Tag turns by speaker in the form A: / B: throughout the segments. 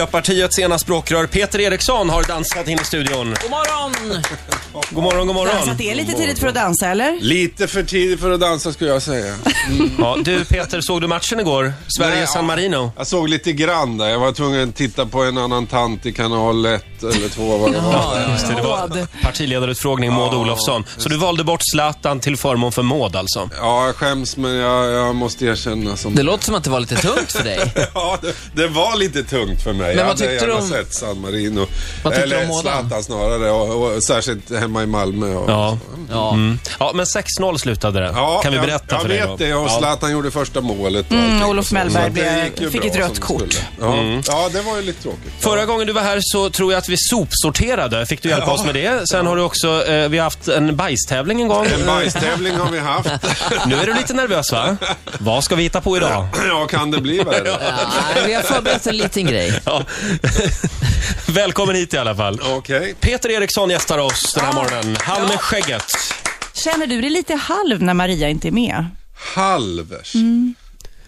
A: Miljöpartiets ena språkrör Peter Eriksson har dansat in i studion.
B: God morgon!
A: God morgon, god
C: Alltså
A: morgon.
C: att det är lite tidigt för att dansa eller?
D: Lite för tidigt för att dansa skulle jag säga.
A: Ja, du Peter, såg du matchen igår?
D: Nej,
A: Sverige-San
D: ja.
A: Marino.
D: Jag såg lite grann där. Jag var tvungen att titta på en annan tant i kanal 1 eller 2 vad det var.
A: Just det, det var partiledarutfrågning, Maud Olofsson. Så du valde bort Zlatan till förmån för Maud alltså?
D: Ja, jag skäms men jag, jag måste erkänna som...
B: Det låter som att det var lite tungt för dig.
D: Ja, det, det var lite tungt för mig. jag
B: vad
D: hade
B: tyckte du
D: gärna
B: om-
D: sett San Marino.
B: Vad tyckte du om
D: Eller
B: Ådan?
D: Zlatan snarare. Och, och, särskilt hemma i Malmö. Och,
A: Ja.
B: Ja.
A: Mm. Ja, men 6-0 slutade det.
D: Ja,
A: kan vi
D: jag-
A: berätta
D: jag,
A: för dig
D: vet det. Och Zlatan gjorde första målet. och
C: Mm,
D: allting
C: Olof
D: och så.
C: Mellberg
D: Så att det
C: blev-
D: gick ju
C: fick
D: bra
C: ett rött
D: som det
C: kort.
D: skulle. Ja. ja, det var ju lite tråkigt.
A: Förra gången du var här så tror jag att vi sopsorterade. Fick du hjälpa oss med det? Sen har du också, eh, vi har haft en bajstävling en gång.
D: En bajstävling har vi haft.
A: Nu är du lite nervös va? Vad ska vi hitta på idag?
D: Ja, kan det bli värre?
B: Nej, vi har förberett en liten grej.
A: Ja. Välkommen hit i alla fall.
D: Okej.
A: Peter Eriksson gästar oss den här morgonen. Han med skägget.
C: Känner du dig lite halv när Maria inte är med?
D: Halvers.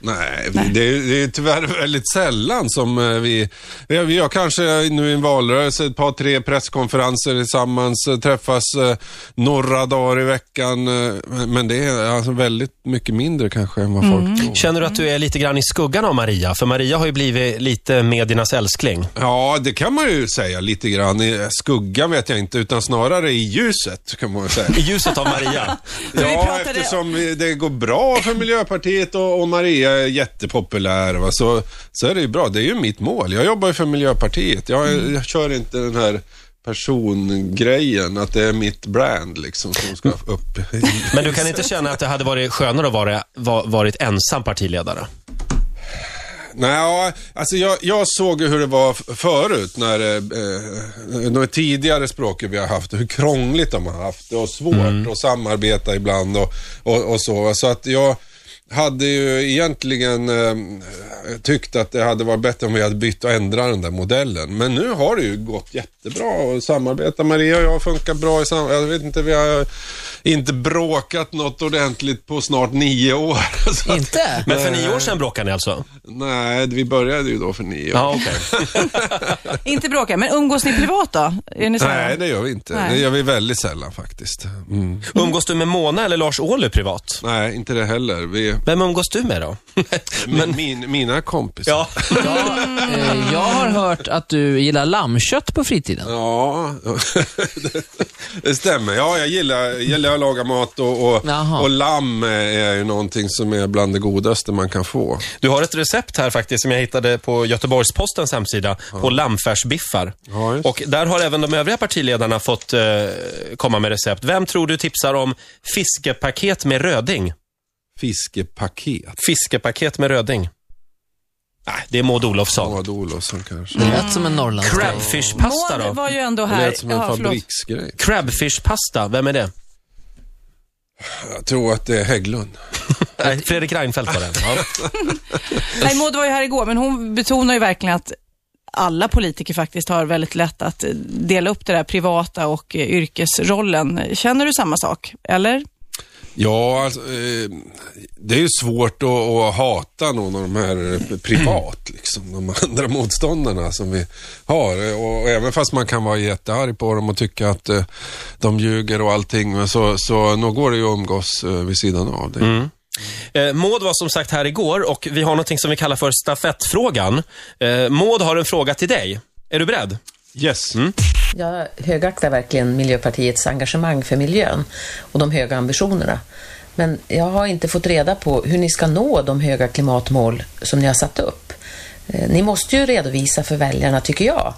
D: Nej, vi- Det, är, det är tyvärr väldigt sällan som eh, vi... Vi vi gör kanske nu i en valrörelse ett par, tre presskonferenser tillsammans, eh, träffas eh, några dagar i veckan. eh, Men det är alltså väldigt mycket mindre kanske än vad folk tror.
A: Känner du att du är lite grann i skuggan av Maria? För Maria har ju blivit lite mediernas älskling.
D: Ja, det kan man ju säga lite grann. I skuggan vet jag inte, utan snarare i ljuset kan man säga.
A: I ljuset av Maria.
C: Men vi
D: Ja,
C: pratade-
D: eftersom vi, det går bra för Miljöpartiet och, och Maria är jättepopulär va, så, så är det ju bra. Det är ju mitt mål. Jag jobbar ju för Miljöpartiet. Jag,
C: Mm.
D: jag kör inte den här persongrejen, att det är mitt brand liksom som ska upp.
A: Men du kan inte känna att det hade varit skönare att vara, va, varit ensam partiledare?
D: Nej, ja, alltså jag, jag såg ju hur det var f- förut, när eh, eh, de tidigare språken vi har haft, hur krångligt de har haft det och svårt att samarbeta ibland och, och, och så. Så att jag hade ju egentligen eh, tyckt att det hade varit bättre om vi hade bytt och ändrat den där modellen. Men nu har det ju gått jättebra att samarbeta. Maria och jag har funkat bra i sam- Jag vet inte, vi har inte bråkat något ordentligt på snart nio år. Så att-
B: Inte?
A: Men för nio år sedan bråkade ni alltså?
D: Nej, vi började ju då för nio år.
A: Ja, okej.
C: Inte bråka, men umgås ni privat då? Är ni så här?
D: Nej, det gör vi inte.
C: Nej.
D: Det gör vi väldigt sällan faktiskt. Mm.
A: Umgås du med Mona eller Lars Ohly privat?
D: Nej, inte det heller. Vi,
A: Vem umgås du med då?
D: min, min, mina kompisar.
A: Ja,
B: Ja, eh, jag har hört att du gillar lammkött på fritiden.
D: Ja, det, det stämmer. Ja, jag gillar, gillar att laga mat och, och,
B: Jaha.
D: och lamm är ju någonting som är bland det godaste man kan få.
A: du har ett recept här faktiskt som jag hittade på Göteborgs-Postens hemsida på lammfärsbiffar.
D: Ja, just.
A: Och där har även de övriga partiledarna fått eh, komma med recept. Vem tror du tipsar om fiskepaket med röding?
D: Fiskepaket.
A: Fiskepaket med röding. Nej, det är Maud Olofsson.
D: Maud Olofsson kanske.
C: Mm.
B: Det lät som en norrlandsgrej.
A: Crabfishpasta
C: Maud
A: då?
C: var ju ändå
D: Det
C: här.
D: lät som en
C: Ja, förlåt.
D: fabriksgrej.
A: Crabfishpasta, vem är det?
D: Jag tror att det är Hägglund.
A: Nej, Eh, Fredrik Reinfeldt var det. Ja.
C: Nej, Maud var ju här igår, men hon betonar ju verkligen att alla politiker faktiskt har väldigt lätt att eh, dela upp det där privata och eh, yrkesrollen. Känner du samma sak? Eller?
D: Ja, alltså, eh, det är ju svårt att, att hata någon av de här eh, privat, liksom, de andra motståndarna som vi har. Eh, Och, och även fast man kan vara jättearg på dem och tycka att eh, de ljuger och allting, men så, så nog går det ju att umgås eh, vid sidan av det.
A: Eh, Maud var som sagt här igår och vi har någonting som vi kallar för stafettfrågan. Eh, Maud har en fråga till dig. Är du beredd?
D: Yes.
E: Jag högaktar verkligen Miljöpartiets engagemang för miljön och de höga ambitionerna. Men jag har inte fått reda på hur ni ska nå de höga klimatmål som ni har satt upp. Eh, Ni måste ju redovisa för väljarna, tycker jag.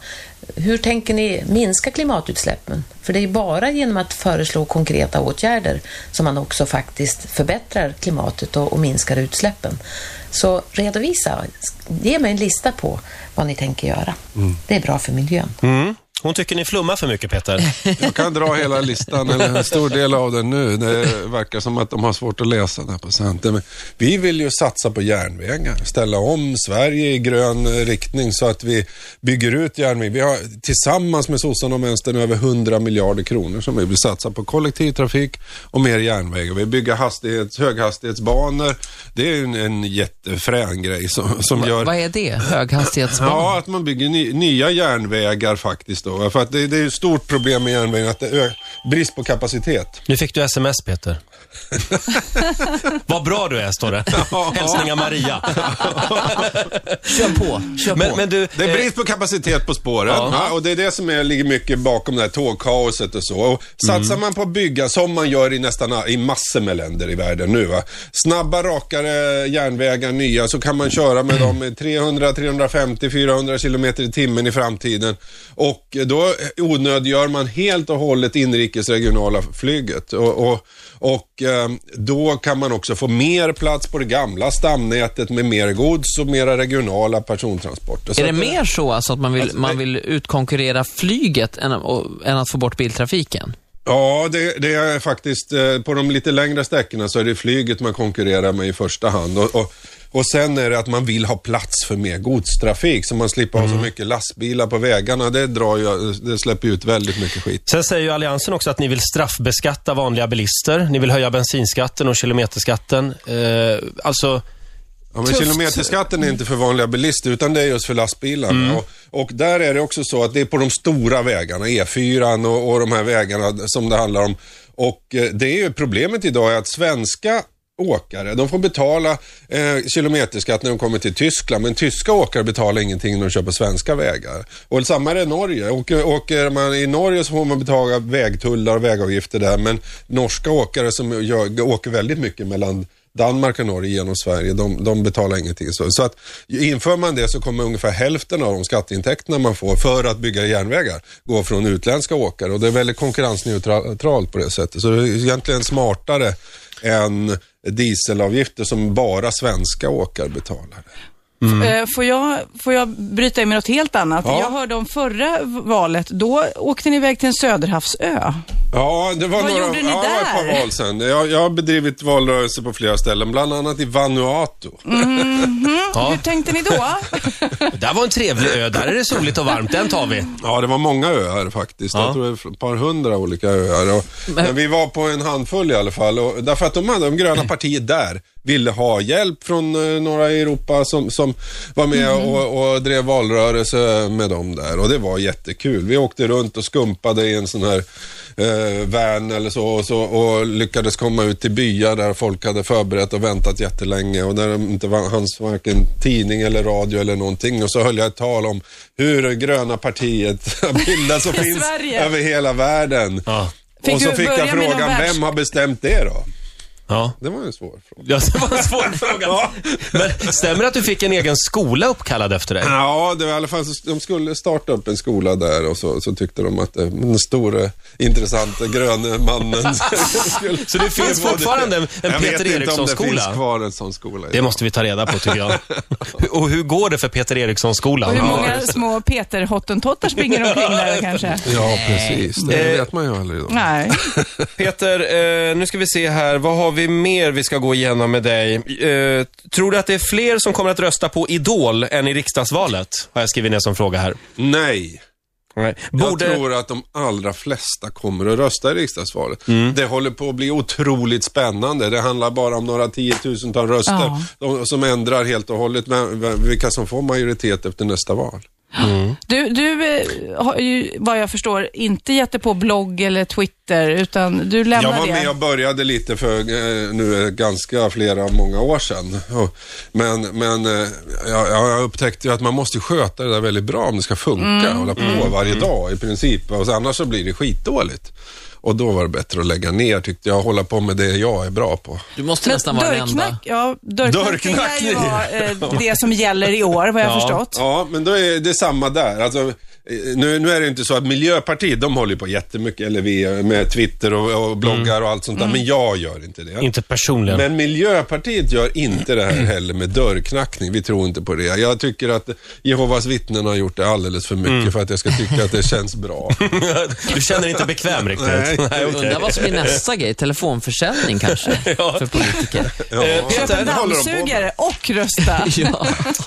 E: Hur tänker ni minska klimatutsläppen? För det är ju bara genom att föreslå konkreta åtgärder som man också faktiskt förbättrar klimatet och, och minskar utsläppen. Så redovisa, ge mig en lista på vad ni tänker göra. Det är bra för miljön.
A: Mm. Hon tycker ni flummar för mycket, Peter.
D: Jag kan dra hela listan, eller en stor del av den nu. Det verkar som att de har svårt att läsa den här på Centern. Men Vi vill ju satsa på järnvägar, ställa om Sverige i grön eh, riktning så att vi bygger ut järnväg. Vi har tillsammans med sossarna och vänstern över 100 miljarder kronor som vi vill satsa på kollektivtrafik och mer järnväg. Och vi bygger hastighets, höghastighetsbanor. Det är ju en, en jättefrän grej som, som gör...
B: Vad är det? Höghastighetsbanor?
D: Ja, att man bygger ny, nya järnvägar faktiskt då. För att det, det är ju ett stort problem med järnvägen att det är brist på kapacitet.
A: Nu fick du sms, Peter. Vad bra du är, står det. Hälsningar Maria.
B: Kör på, kör
A: Men,
B: på.
A: men du,
D: Det är
A: eh,
D: brist på kapacitet på spåren ja, och det är det som är, ligger mycket bakom det här tågkaoset och så. Och
A: Mm.
D: satsar man på att bygga, som man gör i nästan a- i massor med länder i världen nu, va? snabba, rakare järnvägar, nya, så kan man köra med dem i 300, 350, 400 kilometer i timmen i framtiden. Och då onödiggör man helt och hållet inrikesregionala flyget. Och, och, och ehm, då kan man också få mer plats på det gamla stamnätet med mer gods och mera regionala persontransporter. Så
B: är det
D: att- eh,
B: mer så alltså att man vill,
D: Alltså,
B: man
D: nej.
B: vill utkonkurrera flyget än, och, än att få bort biltrafiken?
D: Ja, det, det är faktiskt eh, på de lite längre sträckorna så är det flyget man konkurrerar med i första hand. Och, och, och sen är det att man vill ha plats för mer godstrafik så man slipper ha så
B: Mm.
D: mycket lastbilar på vägarna. Det, drar ju, det släpper ut väldigt mycket skit.
A: Sen säger ju Alliansen också att ni vill straffbeskatta vanliga bilister. Ni vill höja bensinskatten och kilometerskatten. Eh, alltså,
D: Ja, men kilometerskatten är inte för vanliga bilister utan det är just för lastbilarna. Och, och där är det också så att det är på de stora vägarna, E4 och, och de här vägarna som det handlar om. Och eh, det är ju problemet idag är att svenska åkare, de får betala eh, kilometerskatt när de kommer till Tyskland, men tyska åkare betalar ingenting när de kör på svenska vägar. Och samma är det i Norge. Åker, åker man i Norge så får man betala vägtullar och vägavgifter där, men norska åkare som gör, åker väldigt mycket mellan Danmark och Norge genom Sverige, de, de betalar ingenting. Så, så att inför man det så kommer ungefär hälften av de skatteintäkterna man får för att bygga järnvägar gå från utländska åkare och det är väldigt konkurrensneutralt på det sättet. Så det är egentligen smartare än dieselavgifter som bara svenska åkare betalar.
C: Eh, Får jag, får jag bryta in med något helt annat?
D: Mm. Ja.
C: Jag hörde om förra valet, då åkte ni iväg till en Söderhavsö.
D: Ja, det var
C: Vad
D: några,
C: gjorde ni
D: ja, det var ett
C: där?
D: par val sedan. Jag, jag har bedrivit valrörelse på flera ställen, bland annat i Vanuatu.
C: Hur tänkte ni då?
A: det där var en trevlig ö. Där är det soligt och varmt. Den tar vi.
D: Ja, det var många öar faktiskt.
A: Ja.
D: Jag tror det var ett par hundra olika öar. Och, men vi var på en handfull i alla fall. Och, därför att de, andra- de gröna partiet där ville ha hjälp från eh, några i Europa som, som var med och, och drev valrörelse med dem där. Och det var jättekul. Vi åkte runt och skumpade i en sån här eh, van eller så och, så och lyckades komma ut till byar där folk hade förberett och väntat jättelänge och där det inte var- fanns varken tidning eller radio eller någonting. Och så höll jag ett tal om hur det gröna partiet har bildats och finns
C: Sverige.
D: över hela världen.
A: Ja.
C: Fick
D: och så
C: du
D: fick jag
C: börja med någon
D: frågan,
C: världs-
D: vem har bestämt det då?
A: Ja.
D: Det var ju en svår fråga.
A: Ja, det var en svår fråga. Men stämmer det att du fick en egen skola uppkallad efter dig?
D: Ja, det var i alla fall, de skulle starta upp en skola där och så, så tyckte de att eh, den store, intressante, gröne mannen skulle...
A: Så det finns fortfarande en- en
D: Jag
A: Peter
D: vet inte om det
A: Eriksson-skola.
D: finns kvar en sån skola.
A: Det måste vi ta reda på, tycker jag. Och hur går det för Peter
C: Och
A: Eriksson-skolan?
C: hur många små Peter Hottentottar springer omkring där kanske?
D: Ja, precis.
A: Eh,
D: Det vet man ju aldrig då.
C: Nej.
A: Peter, eh, nu ska vi se här. Vad har vi mer vi ska gå igenom med dig? Eh, tror du att det är fler som kommer att rösta på Idol än i riksdagsvalet? Har jag skrivit ner som fråga här.
D: Nej.
A: Nej.
D: Jag
A: Borde...
D: tror att de allra flesta kommer att rösta i riksdagsvalet.
A: Mm.
D: Det håller på att bli otroligt spännande. Det handlar bara om några tiotusental röster
C: Ja.
D: de, som ändrar helt och hållet vem, vem, vilka som får majoritet efter nästa val. Mm.
C: Du, du eh, har ju, vad jag förstår, inte gett dig på blogg eller Twitter, utan du lämnar
D: Jag var
C: det.
D: med och började lite för eh, nu eh, ganska flera, många år sedan. Och- Men, men eh, jag, jag upptäckte ju att man måste sköta det där Mm. väldigt bra om det ska funka. Hålla på varje dag i princip. Och så, annars så blir det skitdåligt. Och då var det bättre att lägga ner tyckte jag, och hålla på med det jag är bra på.
B: Du måste nästan vara den enda.
C: ja, dörrknackning är ju
D: Dörrknackning.
C: eh, det som gäller i år, vad jag har förstått.
D: Ja, men då är det samma där. Alltså, eh, nu, nu är det ju inte så att Miljöpartiet, de håller ju på jättemycket, eller vi, eh, med Twitter och, och bloggar och allt sånt där, men jag gör Mm. inte det.
A: Inte personligen.
D: Men Miljöpartiet gör inte det här heller med dörrknackning. Vi tror inte på det. Jag tycker att Jehovas vittnen har gjort det alldeles för mycket för att jag ska tycka att det känns bra.
A: du känner dig inte bekväm riktigt.
D: Nej.
B: Undrar vad som blir nästa grej. Telefonförsäljning kanske, för politiker.
D: Ja.
A: Eh,
C: Köp en
A: Peter,
D: håller de på med.
C: dammsugare och rösta.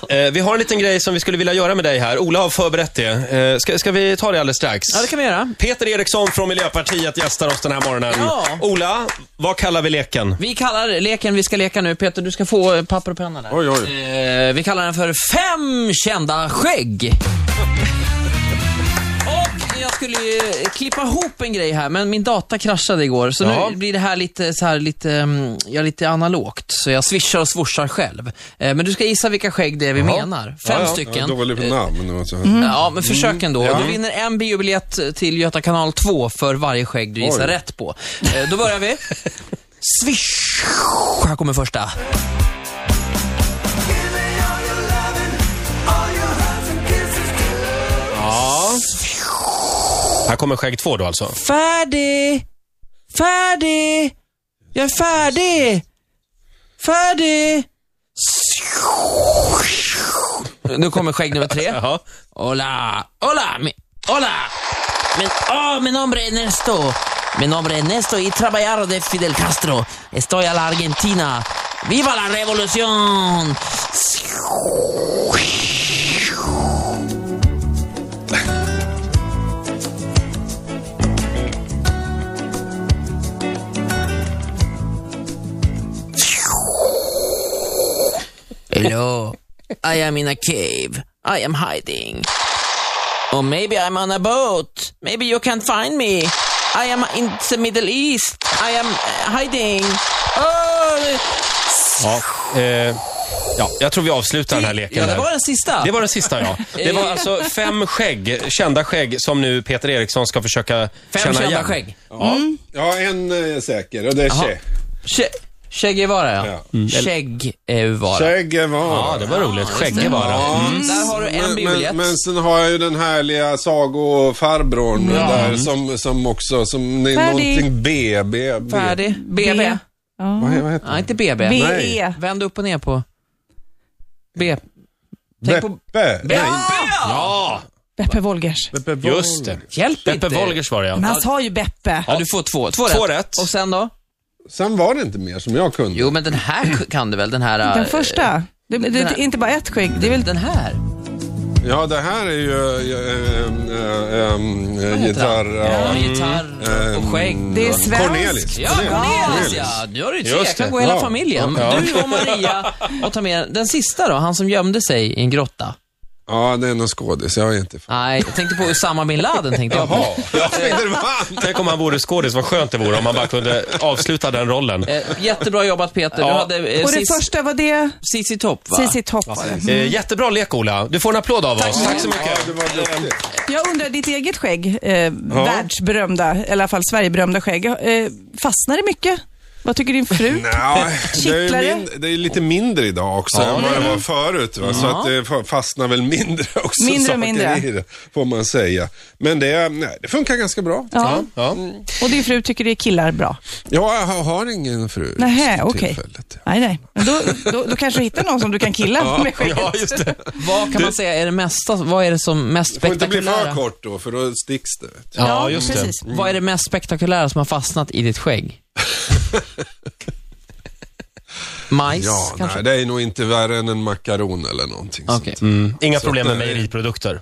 B: Ja.
A: eh, vi har en liten grej som vi skulle vilja göra med dig här. Ola har förberett det. Eh, ska, ska vi ta det alldeles strax?
B: ja, det kan vi göra.
A: Peter Eriksson från Miljöpartiet gästar oss den här morgonen.
B: Ja.
A: Ola, vad kallar vi leken?
B: Vi kallar leken vi ska leka nu, Peter, du ska få eh, papper och penna där.
D: Oj, oj.
B: Eh, vi kallar den för Fem kända skägg. Och jag skulle ju eh, klippa ihop en grej här, men min data kraschade igår, så
A: Ja.
B: nu blir det här lite så här lite, mm, ja, lite analogt. Så jag swishar och swooshar själv. Eh, men du ska gissa vilka skägg det är vi menar. Fem
A: Ja, ja.
D: Ja,
B: stycken. Mm.
D: då var det på namn. och så.
B: Ja, men försök ändå.
D: Mm. Ja.
B: Du vinner en biobiljett till Göta kanal 2 för varje skägg du gissar
D: Oj.
B: rätt på. Eh, Då börjar vi. Swish! Här kommer första.
A: Ja. Här kommer skägg två då alltså.
B: Färdig! Färdig! Jag är färdig! Färdig! Nu kommer skägg nummer tre.
A: Jaha.
B: Hola! Hola! Mi, hola! Men, oh, mi nombre es Ernesto. Mi nombre es Ernesto y trabajar de Fidel Castro. Estoy a la Argentina. ¡Viva la revolución! Hello. I am in a cave. I am hiding. Or maybe I'm on a boat. Maybe you can find me. I am in the Middle East. I am eh, hiding. Oh!
A: Ja. Eh, ja, jag tror vi avslutar den här leken.
B: Ja, det
A: här.
B: var den sista.
A: Det var den sista, ja. Det var alltså fem skägg, kända skägg, som nu Peter Eriksson ska försöka
B: Fem
A: känna
B: kända
A: igen.
B: skägg.
D: Ja. ja, en är säker och det är Che.
B: Che, che Guevara, ja.
D: Ja.
B: Che Guevara.
D: Che Guevara.
A: Ja, det var roligt. Skägg
B: det.
A: bara.
B: Ja, Där har du en
D: Men,
B: biobiljett.
D: men, men sen har jag ju den härliga sagofarbrorn där som, som också, som det är
C: Färdig.
D: någonting B, B, B.
B: Färdig. BB.
C: Ja.
D: Vad vad heter
B: Nej, inte BB.
C: BE.
D: Nej.
B: Vänd upp och ner på... B.
D: det?
B: Tänk på...
D: Beppe. Nej.
A: Ja,
C: Beppe Wolgers.
D: Beppe Wolf.
A: just det.
B: Hjälp
A: Beppe
B: inte.
A: Wolgers var det,
C: Men
A: ja.
C: han sa ju Beppe.
B: Ja, du får två. Två,
A: Två
B: rätt.
A: rätt.
B: Och sen då?
D: Sen var det inte mer som jag kunde.
B: Jo, men den här kan du väl? Den här... eh,
C: Den första. Det, det, det är inte bara ett skägg.
B: Det är väl den här?
D: Ja, det här är ju äh, äh, äh,
B: heter
D: gitarr...
B: han?
D: Ja. Mm.
B: Ja, gitarr och skägg.
C: Det är svenskt.
D: Cornelis.
B: Ja, Cornelis ja. Nu har du ju tre.
A: Just
B: kan
A: det.
B: gå hela
D: Ja.
B: familjen.
A: Ja.
B: Du och Maria och ta med den sista då, han som gömde sig i en grotta.
D: Ja, det är någon skådis. Jag är inte fan.
B: Nej, jag tänkte på Usama bin Laden tänkte jag på.
D: Jag tänkte det var han.
A: Tänk om han vore skådis, vad skönt det vore om han bara kunde avsluta den rollen.
B: Eh, jättebra jobbat Peter. Du
A: Ja.
B: hade eh,
C: Och det
B: Cis-
C: första var det
B: Cissi Topp va?
C: CC Topp var det.
A: Eh, jättebra lek, Ola. Du får en applåd av oss. Tack så mycket.
D: Ja, det var duktigt.
C: Jag undrar, ditt eget skägg, eh, världsberömda, eller i alla fall Sverigeberömda skägg, eh, fastnar det mycket? Vad tycker din fru?
D: Nja, det, är
C: Kittlar
D: ju
C: det?
D: min, det är lite mindre idag också än vad det var förut. Va? Så att det fa- fastnar väl mindre också
C: Mindre och
D: saker
C: mindre.
D: i det, får man säga. Men det, är- nej, det funkar ganska bra.
C: Ja.
B: Mm.
A: Ja.
C: Och din fru tycker det är killar bra?
D: Jag har- har ingen fru
C: Nähä,
D: för
C: okej.
D: tillfället.
C: Nej, nej. Men då, då, då kanske du hittar någon som du kan killa med skägget.
A: Ja, just det.
B: Vad kan man säga är det mesta, vad är det som mest
D: Får inte bli
B: spektakulära? Mm.
D: för kort då, för då sticks det. vet du.
A: Ja, just det.
C: precis.
B: Vad är det mest spektakulära som har fastnat i ditt skägg? Majs,
D: Ja,
B: kanske?
D: nej, det är nog inte värre än en makaron eller någonting
B: Okej.
D: sånt.
A: Mm. Inga problem med
D: att det-
B: eh,
A: mejeriprodukter.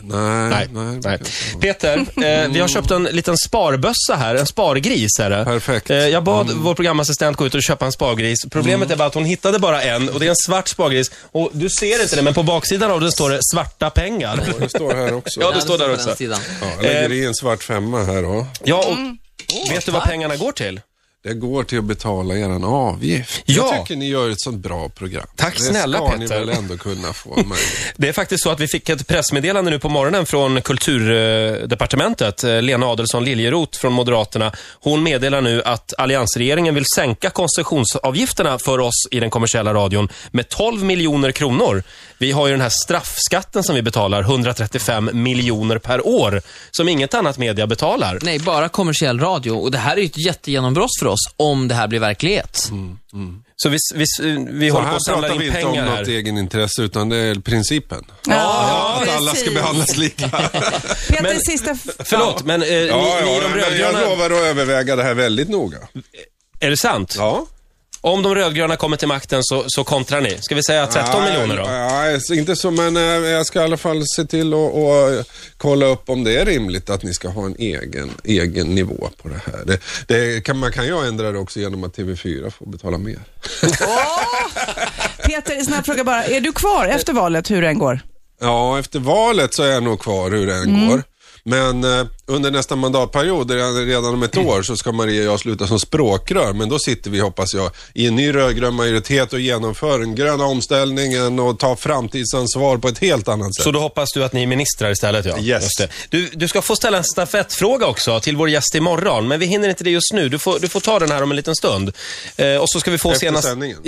D: Nej,
A: Nej.
D: nej.
A: Nej. Peter, eh,
D: Mm.
A: vi har köpt en liten sparbössa här. En spargris är det.
D: Perfekt. Mm.
A: Eh, jag bad vår programassistent gå ut och köpa en spargris. Problemet är bara att hon hittade bara en och det är en svart spargris. Och du ser inte det, men på baksidan av den står det svarta pengar.
D: Det står här också.
A: Ja,
D: ja,
A: det Eh. står
B: på
A: där
B: den
A: också.
B: sidan. Mm.
D: jag lägger i en svart femma här då.
B: Oh,
A: Ja, och vet du vad pengarna går till?
D: Det går till att betala er avgift.
A: Ja.
D: Jag tycker ni gör ett sånt bra program.
A: Tack
D: det
A: snälla,
D: ska ni
A: Peter.
D: väl ändå kunna få möjlighet.
A: Det är faktiskt så att vi fick ett pressmeddelande nu på morgonen från kulturdepartementet. Eh, Lena Adelsohn Liljeroth från Moderaterna. Hon meddelar nu att alliansregeringen vill sänka koncessionsavgifterna för oss i den kommersiella radion med 12 miljoner kronor. Vi har ju den här straffskatten som vi betalar, 135 miljoner per år, som inget annat media betalar.
B: Nej, bara kommersiell radio. Och det här är ju ett jättegenombrott för oss, om det här blir verklighet.
A: Så vi, vi, vi
D: Så
A: håller på
D: här
A: att samla
D: pratar vi
A: in
D: inte om
A: pengar
D: något
A: här.
D: egenintresse, utan det är principen.
C: Ja,
D: att alla ska
C: precis.
D: behandlas lika.
C: Peter,
A: Men-
C: sista... f-
A: Förlåt, men eh,
D: Ja,
A: ni, ni i
D: ja,
A: de
D: men jag
A: rödgröna,
D: lovar att överväga det här väldigt noga.
A: är det sant?
D: Ja.
A: Om de rödgröna kommer till makten så, så kontrar ni. Ska vi säga 13
D: Nej,
A: miljoner då?
D: Nej, så inte så, men eh, jag ska i alla fall se till att att kolla upp om det är rimligt att ni ska ha en egen, egen nivå på det här. Det, det kan, man kan ju ändra det också genom att TV4 får betala mer.
C: Peter, snabb fråga bara. Är du kvar efter valet, hur det än går?
D: Ja, efter valet så är jag nog kvar hur det än
A: Mm.
D: går. Men eh, under nästa mandatperiod, redan redan om ett år, så ska Maria och jag sluta som språkrör. Men då sitter vi, hoppas jag, i en ny rödgrön majoritet och genomför den gröna omställningen och tar framtidsansvar på ett helt annat sätt.
A: Så då hoppas du att ni är ministrar istället, ja?
D: Yes.
A: Just det. Du, du ska få ställa en stafettfråga också till vår gäst imorgon, men vi hinner inte det just nu. Du får, du får ta den här om en liten stund. Eh, och så ska vi få
D: efter
A: senast...
D: sändningen.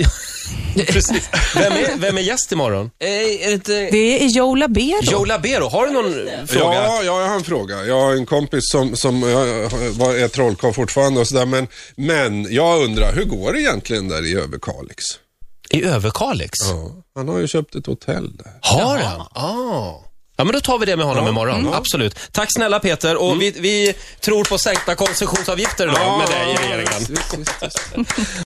A: Precis. Vem är, vem är gäst imorgon?
B: Eh, är det inte...
C: Det är Joe Labero.
A: Joe Labero, har du någon fråga?
D: Ja, ja, jag har en fråga. Jag har en kompis som, som eh, var, är trollkarl fortfarande och sådär. Men, men jag undrar, hur går det egentligen där i Överkalix?
A: I Överkalix?
D: Ja, han har ju köpt ett hotell där.
A: Har han? Ah. Ja, men då tar vi det med honom imorgon.
D: Mm.
A: Absolut. Tack snälla Peter. Och vi, vi tror på sänkta konsumtionsavgifter idag med dig i regeringen.
D: Visst, visst, visst.